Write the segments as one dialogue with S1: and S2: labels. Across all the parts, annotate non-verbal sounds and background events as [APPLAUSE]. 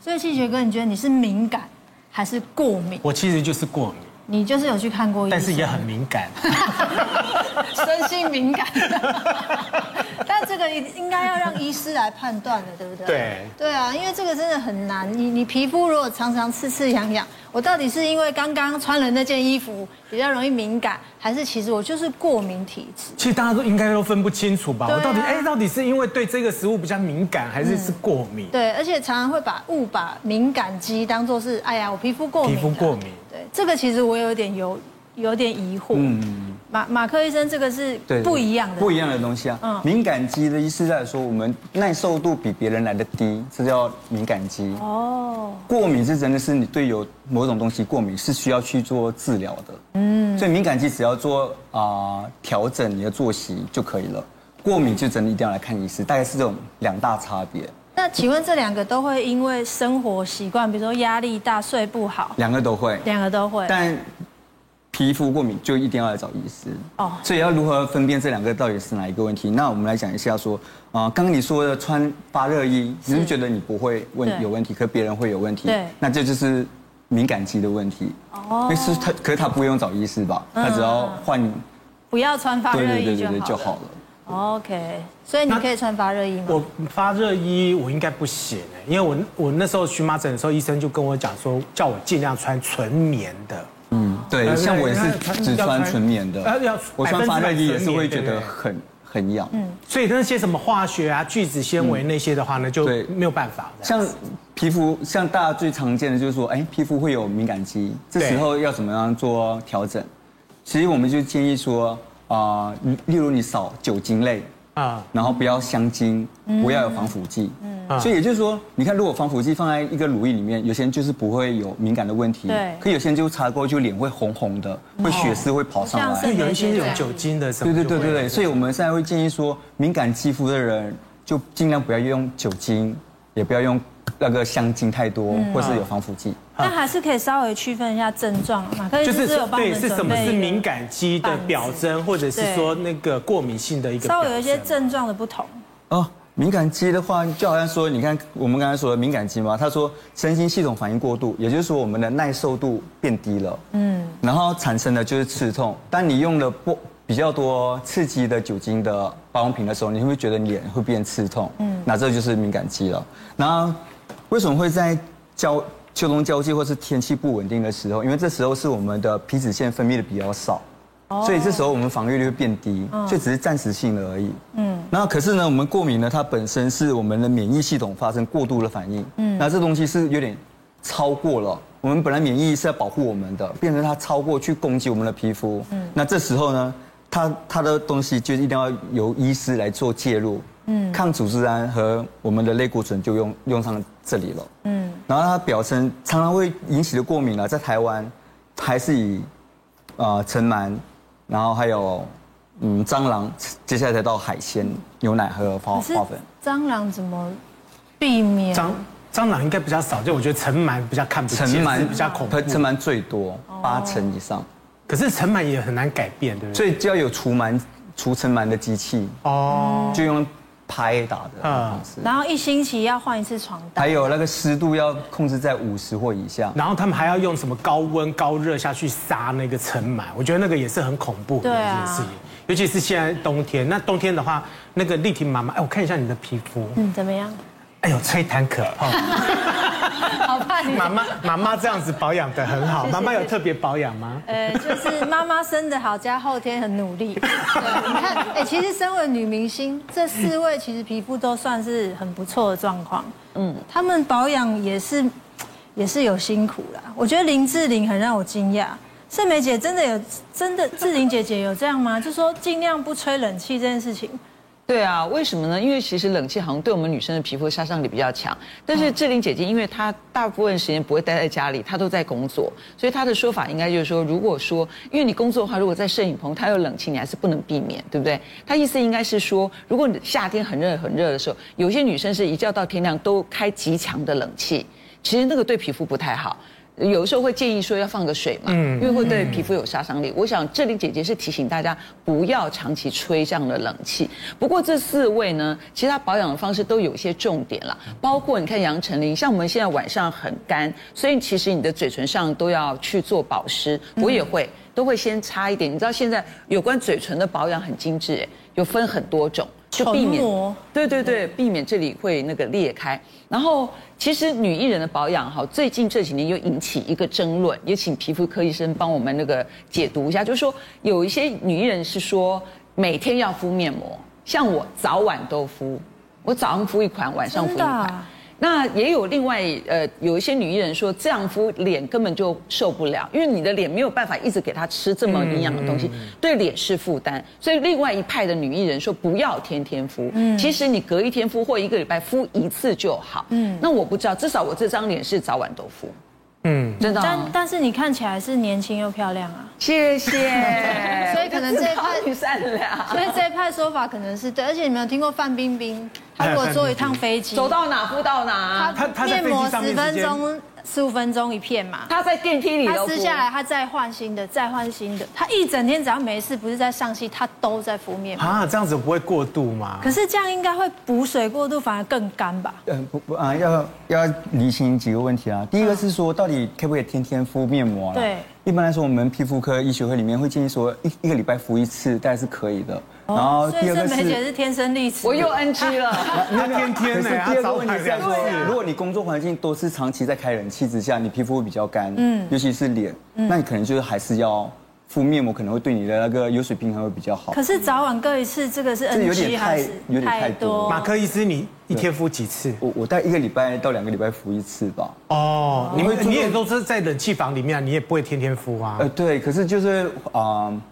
S1: 所以气血哥，你觉得你是敏感还是过敏？
S2: 我其实就是过敏，
S1: 你就是有去看过医生，
S2: 但是也很敏
S1: [LAUGHS]
S2: 感。
S1: 身心敏感。 [LAUGHS] 但这个应应该要让医师来判断的，对不对？
S2: 对
S1: 对啊，因为这个真的很难。你你皮肤如果常常刺刺痒痒，我到底是因为刚刚穿了那件衣服比较容易敏感，还是其实我就是过敏体质？
S2: 其实大家都应该都分不清楚吧？
S1: 对啊嗯
S2: 我到底哎，到底是因为对这个食物比较敏感，还是是过敏？
S1: 对，而且常常会把误把敏感肌当做是，哎呀，我皮肤过敏、
S2: 皮肤过敏。
S1: 对，这个其实我有点有有点疑惑。嗯，马马克医生这个是
S3: 对，
S1: 不一样的，
S3: 不一样的东西啊。
S1: 嗯
S3: 敏感肌的意思在说，我们耐受度比别人来的低，这叫敏感肌。
S1: 哦，
S3: 过敏是真的是你对有某种东西过敏，是需要去做治疗的。嗯，所以敏感肌只要做啊、调整你的作息就可以了。过敏就真的一定要来看医师，大概是这种两大差别，
S1: 那请问这两个都会因为生活习惯，比如说压力大、睡不好，
S3: 两个都会。
S1: 两个都会。
S3: 但皮肤过敏就一定要来找医师
S1: 哦
S3: 哦。所以要如何分辨这两个到底是哪一个问题？那我们来讲一下说，啊、刚刚你说的穿发热衣，你是觉得你不会
S1: 对
S3: 问有问题，可别人会有问题，
S1: 对
S3: 那这就是敏感肌的问题。
S1: 哦
S3: 哦，那是他，可是他不用找医师吧？他只要换，
S1: 不要穿发
S3: 对
S1: 热
S3: 对
S1: 衣就
S3: 对对
S1: 好
S3: 对
S1: 了
S3: 就好了。
S1: OK，所以你可以穿发热衣吗？
S2: 我发热衣我应该不行哎，因为我我那时候荨麻疹的时候，医生就跟我讲说，叫我尽量穿纯棉的。
S3: 嗯，对，
S2: 呃
S3: 像我也
S2: 要
S3: 是
S2: 穿
S3: 只
S2: 要
S3: 穿
S2: 穿
S3: 纯棉
S2: 呃要
S3: 的，我穿发热衣也是会觉
S2: 百分之百纯棉对
S3: 得
S2: 对
S3: 很很痒。
S1: 嗯
S2: 所以那些什么化学啊、聚酯纤维那些的话呢，就
S3: 嗯对
S2: 没有办法。
S3: 像皮肤，像大家最常见的就是说，哎，皮肤会有敏感肌，这
S2: 对
S3: 时候要怎么样做调整？其实我们就建议说，啊、例如你少酒精类，
S2: 啊，
S3: 然后不要香精，不要有防腐剂。
S2: 嗯
S3: 嗯，所以也就是说，你看，如果防腐剂放在一个乳液里面，有些人就是不会有敏感的问题，
S1: 对
S3: 可有些人就擦过去脸会红红的，会血丝会跑上
S1: 像
S3: 来。
S1: 是
S2: 就有一些有酒精的什么
S3: 对
S2: 就
S3: 对
S2: 会。
S3: 对对对，所以我们现在会建议说，敏感肌肤的人就尽量不要用酒精，也不要用那个香精太多，
S2: 嗯
S3: 或是有防腐剂。
S1: 但还啊是可以稍微区分一下症状嘛。可以
S2: 就是
S1: 是有帮我
S2: 对
S1: 们
S2: 是什
S1: 准
S2: 么
S1: 备
S2: 是
S1: 一个
S2: 敏，感肌的表征，或者是说那个过敏性的一个
S1: 稍微有一些
S2: 表征
S1: 症状的不同。
S3: 哦，敏感肌的话，就好像说，你看我们刚才说的敏感肌嘛，他说身心系统反应过度，也就是说我们的耐受度变低了，嗯，然后产生的就是刺痛。当你用了不比较多刺激的酒精的保养品的时候，你会觉得脸会变刺痛，嗯，那这就是敏感肌了。然后为什么会在交秋冬交际或是天气不稳定的时候？因为这时候是我们的皮脂腺分泌的比较少。所以这时候我们防御率会变低，所以只是暂时性的而已。嗯，那可是呢，我们过敏呢，它本身是我们的免疫系统发生过度的反应。嗯，那这东西是有点超过了，我们本来免疫是要保护我们的，变成它超过去攻击我们的皮肤。嗯，那这时候呢，它它的东西就一定要由医师来做介入。嗯，抗组织胺和我们的类固醇就用用上这里了。嗯，然后它表层常常会引起的过敏呢，在台湾还是以呃尘螨，然后还有嗯蟑螂，接下来才到海鲜、牛奶和花
S1: 可是
S3: 花粉。
S1: 蟑螂怎么避免？
S2: 蟑蟑螂应该比较少，就我觉得尘螨比较看不见，
S3: 尘
S2: 是
S3: 螨
S2: 比较恐怖。
S3: 尘螨最多八成以上，
S2: 可是尘螨也很难改变，对不对？
S3: 所以就要有除螨、除尘螨的机器，
S2: 哦，
S3: 就用拍打的
S2: 嗯
S3: 方式。
S1: 然后一星期要换一次床单
S3: 还。有那个湿度要控制在五十或以下。
S2: 然后他们还要用什么高温高热下去杀那个尘螨，我觉得那个也是很恐怖的
S1: 对
S2: 一
S1: 啊
S2: 件事情。尤其是现在冬天，那冬天的话，那个丽婷妈妈，哎，我看一下你的皮肤，
S1: 嗯，怎么样？
S2: 哎呦，吹弹 [LAUGHS] 可泡。
S1: 好怕你。
S2: 妈妈妈妈这样子保养的很
S1: [LAUGHS]
S2: 好，
S1: 谢谢
S2: 妈妈有特别保养吗？
S1: 呃，就是妈妈生的好加后天很努力。对，你看，哎、其实身为女明星，这四位其实皮肤都算是很不错的状况。嗯，她们保养也是也是有辛苦啦。我觉得林志玲很让我惊讶，盛梅姐真的有真的志玲姐姐有这样吗？就说尽量不吹冷气这件事情。
S4: 对啊，为什么呢？因为其实冷气好像对我们女生的皮肤杀伤力比较强，但是志玲姐姐因为她大部分时间不会待在家里，她都在工作，所以她的说法应该就是说，如果说因为你工作的话，如果在摄影棚它有冷气，你还是不能避免，对不对？她意思应该是说，如果你夏天很热很热的时候，有些女生是一觉到天亮都开极强的冷气，其实那个对皮肤不太好。有的时候会建议说要放个水嘛，
S1: 嗯
S4: 因为会对皮肤有杀伤力。我想志玲姐姐是提醒大家不要长期吹这样的冷气。不过这四位呢，其实她保养的方式都有一些重点啦，包括你看杨丞琳，像我们现在晚上很干，所以其实你的嘴唇上都要去做保湿。
S1: 嗯
S4: 我也会。都会先擦一点，你知道现在有关嘴唇的保养很精致，哎，有分很多种，就避免
S1: 唇膜
S4: 对对对，避免这里会那个裂开。然后，其实女艺人的保养哈，最近这几年又引起一个争论，也请皮肤科医生帮我们那个解读一下，就是说有一些女艺人是说每天要敷面膜，像我早晚都敷，我早上敷一款，晚上敷一
S1: 真的
S4: 款。
S1: 啊
S4: 那也有另外呃，有一些女艺人说这样敷脸根本就受不了，因为你的脸没有办法一直给她吃这么营养的东
S2: 嗯
S4: 西，对脸是负担。所以另外一派的女艺人说不要天天敷，
S2: 嗯
S4: 其实你隔一天敷或一个礼拜敷一次就好。嗯，那我不知道，至少我这张脸是早晚都敷。嗯，真的哦、
S1: 但但是你看起来是年轻又漂亮啊，。
S4: 谢谢
S1: [LAUGHS] 所以可能这一块
S4: [LAUGHS] 女啊善良，
S1: 所以这一派说法可能是对。而且你没有听过范冰冰，
S4: 哎
S1: 她如果坐一趟飞机，
S4: 走到哪敷到哪。
S3: 啊
S2: 她她在
S1: 面
S2: 飞
S1: 膜
S2: 机上面
S1: 十
S2: 直接
S1: 分钟、十五分钟一片嘛，
S4: 她在电梯里
S1: 她
S4: 都敷
S1: 撕
S3: 啊
S1: 下来，她再换新的，再换新的，她一整天只要没事，不是在上戏，她都在敷面膜。
S2: 啊，这样子不会过度吗？
S1: 可是这样应该会补水过度，反而更干吧？
S3: 嗯，不不啊，要要理清几个问题啊。第一个是说，到底可不可以天天敷面膜啊？
S1: 对
S3: 一般来说，我们皮肤科医学会里面会建议说，一一个礼拜敷一次，大概是可以的。然后
S1: 哦所以
S3: 第二
S1: 这
S3: 个
S1: 梅姐
S3: 是。
S1: 是天生丽质。
S4: 我又 NG 了。
S1: [LAUGHS]
S2: 她天
S3: 可
S2: 天
S3: 是
S2: 呢，
S3: 第
S2: 她
S3: 二个
S2: 早
S3: 问题
S2: 晚
S3: 是在
S2: 两
S3: 说
S2: 次，，
S3: 如果你工作环境都是长期在开冷气之下，你皮肤会比较干，嗯，尤其是脸，那你可能就是还是要敷面膜，可能会对你的那个油水平衡会比较好
S1: 可。是早晚各一次，这个是
S3: 这有
S1: NG
S3: 点太
S1: 还是
S3: 有点太多
S2: 马克医师，你一天敷几次？
S3: 我我大概一个礼拜到两个礼拜敷一次吧。
S2: 哦，你
S3: 会
S2: 会
S3: 做
S2: 你也都是在冷气房里面啊，你也不会天天敷啊
S3: 呃，。对，可是就是啊、呃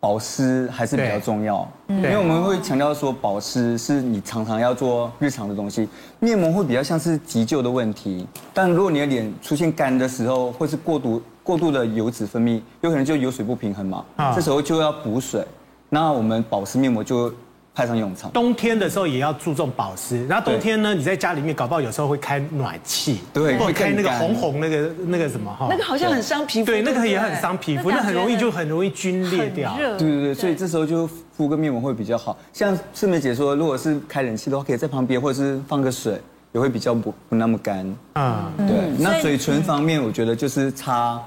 S3: 保湿还是比较重要，因为我们会强调说，保湿是你常常要做日常的东西，面膜会比较像是急救的问题。但如果你的脸出现干的时候，或是过度过度的油脂分泌，有可能就油水不平衡嘛，
S2: 啊
S3: 这时候就要补水。那我们保湿面膜就派上用场。
S2: 冬天的时候也要注重保湿，然后冬天呢，你在家里面搞不好有时候会开暖气，
S3: 对
S2: 或者
S3: 会更
S2: 开那个
S3: 干
S2: 红红那个那个什么哈，
S4: 那个好像很伤皮肤，
S2: 对，那
S4: 不
S2: 个也很伤皮肤，
S1: 那
S2: 那
S1: 感觉
S2: 很容易就很容易皲裂掉
S1: 很。热
S3: 对对对，所以这时候就敷个面膜会比较好。像世梅姐说，如果是开冷气的话，可以在旁边或者是放个水，也会比较不不那么干。
S2: 嗯，
S3: 对，
S1: 所
S3: 那
S1: 以
S3: 嘴唇方面，我觉得就是擦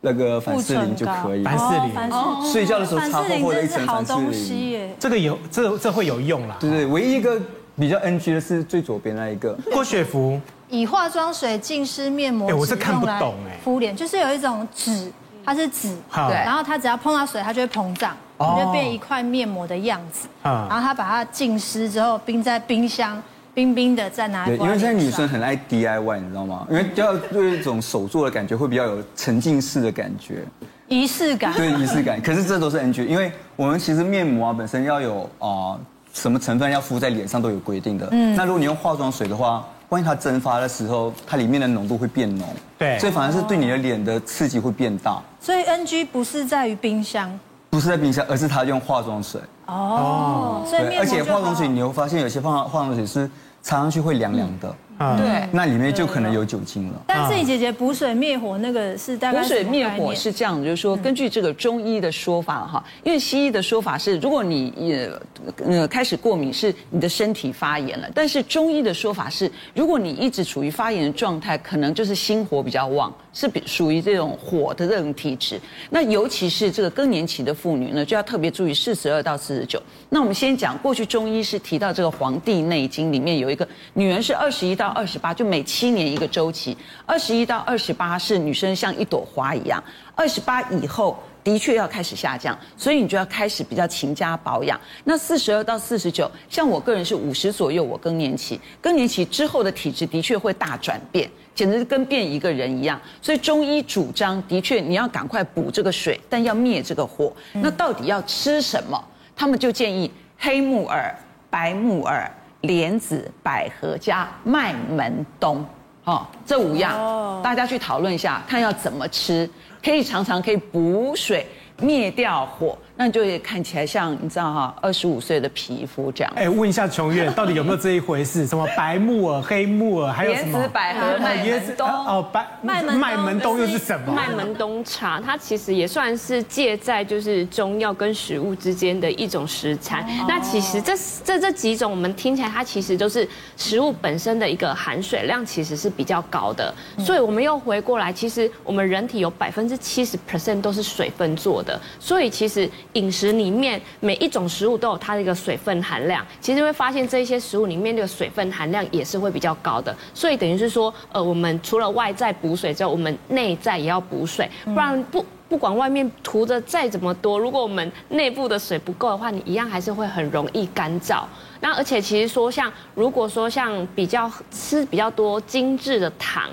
S3: 那个凡士林就可以。哦
S2: 凡士林
S1: 凡士
S3: 睡觉的时候
S1: 林
S3: 擦厚厚的
S1: 真是
S3: 一层
S1: 好
S3: 凡士
S1: 东西
S3: 林。
S1: 耶。
S2: 这个有这这会有用啦。
S3: 对对，唯一一个比较 NG 的是最左边那一个。
S2: 郭雪芙，
S1: 以化妆水、浸湿面膜，
S2: 哎我是
S1: 纸
S2: 看
S1: 用
S2: 不
S1: 来
S2: 懂哎
S1: 敷脸就是有一种
S3: 嗯
S1: 纸，它是纸，
S2: 好
S1: 然后它只要碰到水，它就会膨胀，
S2: 哦
S1: 它就变一块面膜的样子。
S2: 啊
S1: 然后它把它浸湿之后，冰在冰箱，冰冰的再拿来
S3: 对，
S1: 敷
S3: 因
S1: 在
S3: 为
S1: 脸
S3: 现
S1: 上。
S3: 在女生很爱 DIY，你知道吗？因为要有一种手做的感觉，会比较有沉浸式的感觉。
S1: 仪式感，
S3: 对仪式感。可是这都是 NG，因为我们其实面膜啊本身要有啊、呃什么成分要敷在脸上都有规定的。嗯，那如果你用化妆水的话，万一它蒸发的时候，它里面的浓度会变浓，
S2: 对
S3: 所以反而是对你的脸的刺激会变大，
S1: 所以 NG 不是在于冰箱
S3: 不是在冰箱，而是它用化妆水。
S1: 哦，所以面膜
S3: 而且
S1: 就
S3: 化妆水
S2: 啊
S1: 好
S3: 你会发现有些化化妆水是擦上去会凉凉的，
S2: 嗯，
S4: 对。
S3: 那里面就可能有酒精了。
S1: 但是你姐姐补水灭火那个是大概
S4: 补水
S1: 什么
S4: 灭
S1: 概
S4: 火
S1: 念
S4: 是这样，就是说根据这个中医的说法哈，因为西医的说法是，如果你呃呃开始过敏，是你的身体发炎了；但是中医的说法是，如果你一直处于发炎的状态，可能就是心火比较旺，是比属于这种火的这种体质。那尤其是这个更年期的妇女呢，就要特别注意四十二到四十九。那我们先讲，过去中医是提到这个《黄帝内经》里面有一个女人是二十一到二十八，就每七年一个周期。二十一到二十八是女生像一朵花一样，二十八以后。的确要开始下降，所以你就要开始比较勤加保养。那四十二到四十九，像我个人是五十左右，我更年期，更年期之后的体质的确会大转变，简直跟变一个人一样。所以中医主张，的确你要赶快补这个水，但要灭这个火。那到底要吃什么？他们就建议黑木耳、白木耳、莲子、百合加麦门冬，哦，这
S5: 哦
S4: 五样，大家去讨论一下，看要怎么吃，可以常常可以补水。灭掉火，那你就会看起来像你知道哈，二十五岁的皮肤这样。
S2: 哎，问一下琼月，到底有没有这一回事？什么白木耳、黑木耳，还有什
S5: 莲
S2: 么
S5: 子百合麦
S2: 椰子
S5: 门冬
S2: 哦，白
S1: 麦门冬
S2: 麦门冬又是什么？
S5: 麦门冬茶，它其实也算是介在就是中药跟食物之间的一种食材。那其实这这这几种，我们听起来它其实都是食物本身的一个含水量其实是比较高的。所以我们又回过来，其实我们人体有百分之七十 percent 都是水分做的，所以其实饮食里面每一种食物都有它的一个水分含量。其实会发现这一些食物里面的水分含量也是会比较高的，所以等于是说，呃，我们除了外在补水之外，我们内在也要补水，不然不。不管外面涂的再怎么多，如果我们内部的水不够的话，你一样还是会很容易干燥。那而且其实说像，如果说像比较吃比较多精致的糖，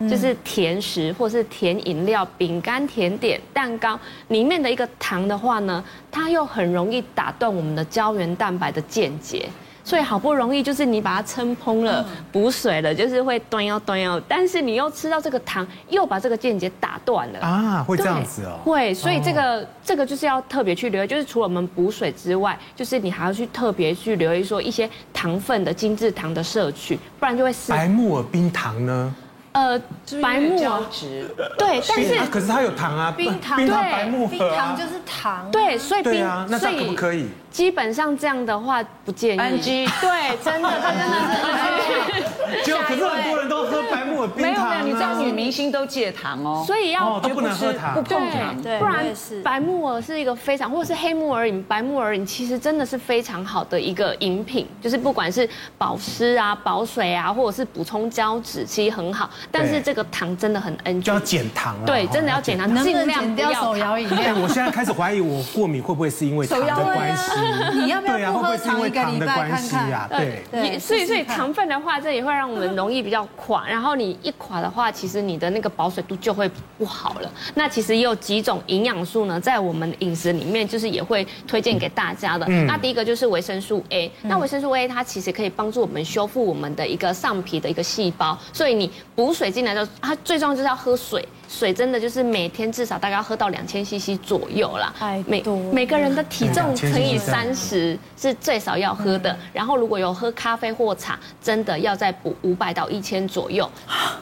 S2: 嗯
S5: 就是甜食或是甜饮料、饼干、甜点、蛋糕里面的一个糖的话呢，它又很容易打断我们的胶原蛋白的间接。所以好不容易就是你把它撑蓬了、
S2: 嗯
S5: 补水了，就是会端腰端腰，但是你又吃到这个糖，又把这个间接打断了
S2: 啊会这样
S5: 对
S2: 子哦
S5: 会，所以这个这个就是要特别去留意，就是除了我们补水之外，就是你还要去特别去留意说一些糖分的精制糖的摄取，不然就会失
S2: 白木耳冰糖呢？
S5: 呃白木耳
S4: 胶质，
S5: 对，但是
S2: 啊可是它有糖啊，
S1: 冰糖
S2: 冰糖
S5: 对
S2: 白木
S1: 冰
S2: 耳
S1: 糖
S2: 啊
S1: 就。是糖，，
S5: 对，所以
S2: 对
S5: 冰
S2: 啊那这样可不可以？
S5: 基本上这样的话不建议。
S4: NG
S5: 对，真的，它真的是
S2: 结果可是很多人都喝白木耳冰
S4: 没有
S2: 糖
S4: 没
S2: 啊。
S4: 有，你知道女明星都戒糖哦，
S5: 所以要
S2: 哦都不能喝糖
S4: 不碰糖。
S1: 对
S5: 不然
S1: 我也是
S5: 白木耳是一个非常，或者是黑木耳饮、白木耳饮，其实真的是非常好的一个饮品，就是不管是保湿啊、保水啊，或者是补充胶质，其实很好。但是
S2: 对
S5: 这个糖真的很 NG，
S2: 就要减糖了。
S5: 对，
S2: 哦
S5: 真的要减。糖，
S1: 能不
S5: 尽
S1: 能
S5: 量
S1: 减
S5: 不
S1: 掉
S5: 要
S1: 手
S5: 糖。
S1: 摇饮
S2: 哎，
S1: 料？
S2: 我现在开始怀疑我过敏会不会是因为糖的关系？
S1: [LAUGHS] 你要不
S2: 对啊，
S1: 要复合
S2: 会不会是因
S1: 糖
S2: 为
S1: 一个
S2: 糖
S1: 礼
S2: 的
S1: 拜
S2: 关
S1: 看
S2: 系
S1: 看？
S2: 啊？对。嗯
S1: 对
S5: 呃也所以
S1: 试试
S5: 所以
S1: 看
S5: 糖分的话，这也会让我们容易比较垮，然后你一垮的话，其实你的那个保水度就会不好了。那其实也有几种营养素呢，在我们饮食里面就是也会推荐给大家的。
S2: 嗯
S5: 那第一个就是维生素 A，那维生素 A 它其实可以帮助我们修复我们的一个上皮的一个细胞，所以你补水进来的时候，它最重要就是要喝水。水真的就是每天至少大概要喝到两千 CC 左右啦
S1: 太，
S5: 每
S1: 多了
S5: 每个人的体重
S2: 2000
S5: 乘以
S2: CC
S5: 三十是最少要喝的，然后如果有喝咖啡或茶，真的要再补五百到一千左右，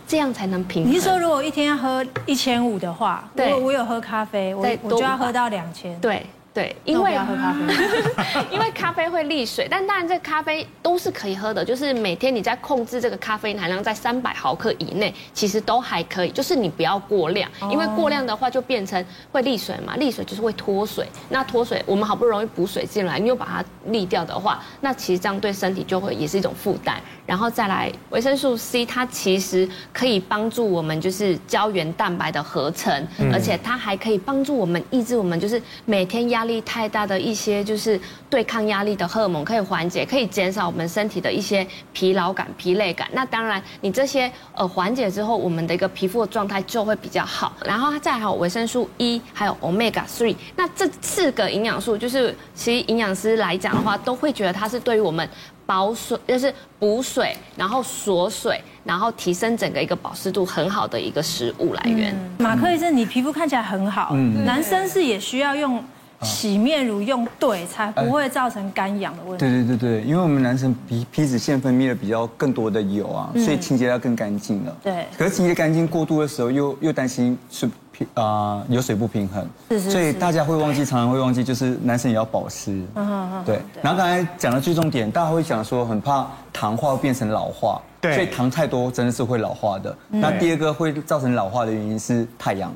S5: 这样才能平衡。
S1: 你是说如果一天要喝一千五的话，如
S5: 对
S1: 果我有喝咖啡，我
S5: 再
S1: 我
S5: 多
S1: 就要
S5: 五百
S1: 喝到两千。
S5: 对对，
S1: 那
S5: 因
S1: 我
S5: 为
S1: 不要喝咖啡。
S5: [LAUGHS] 因为咖啡会利水，但当然这咖啡都是可以喝的，就是每天你在控制这个咖啡因含量在三百毫克以内，其实都还可以，就是你不要过量，因为过量的话就变成会利水嘛，利水就是会脱水，那脱水我们好不容易补水进来，你又把它沥掉的话，那其实这样对身体就会也是一种负担。然后再来维生素 C，它其实可以帮助我们就是胶原蛋白的合成，而且它还可以帮助我们抑制我们就是每天压力太大的一些就是对抗压力的荷尔蒙可以缓解，可以减少我们身体的一些疲劳感、疲累感。那当然，你这些呃缓解之后，我们的一个皮肤的状态就会比较好。然后它再还有维生素 E，还有 omega three。那这四个营养素，就是其实营养师来讲的话，都会觉得它是对于我们保水，就是补水，然后锁水，然后提升整个一个保湿度很好的一个食物来源。
S1: [LAUGHS] 马克医生，你皮肤看起来很好，
S2: 嗯
S1: 男生是也需要用洗面乳用对，才
S2: 哎
S1: 不会造成干痒的问题。
S3: 对对对对，因为我们男生皮皮脂腺分泌的比较更多的油啊，所以清洁要更干净了。
S1: 嗯对
S3: 可是清洁干净过度的时候，又又担心是平啊、有水不平衡，
S1: 是是
S3: 所以
S1: 是
S3: 大家会忘记，常常会忘记，就是男生也要保湿。嗯对。然后刚才讲的最重点，大家会讲说很怕糖化变成老化，
S2: 对
S3: 所以糖太多真的是会老化的。那第二个会造成老化的原因是太阳。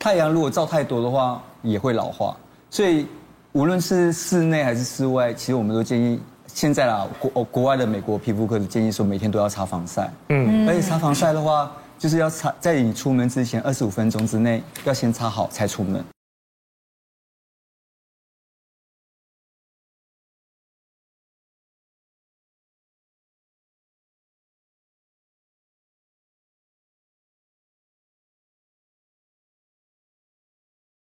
S3: 太阳如果照太多的话，也会老化。所以无论是室内还是室外，其实我们都建议现在啦，国哦国外的美国皮肤科的建议说，每天都要擦防晒。嗯，而且擦防晒的话，就是要擦在你出门之前二十五分钟之内要先擦好才出门。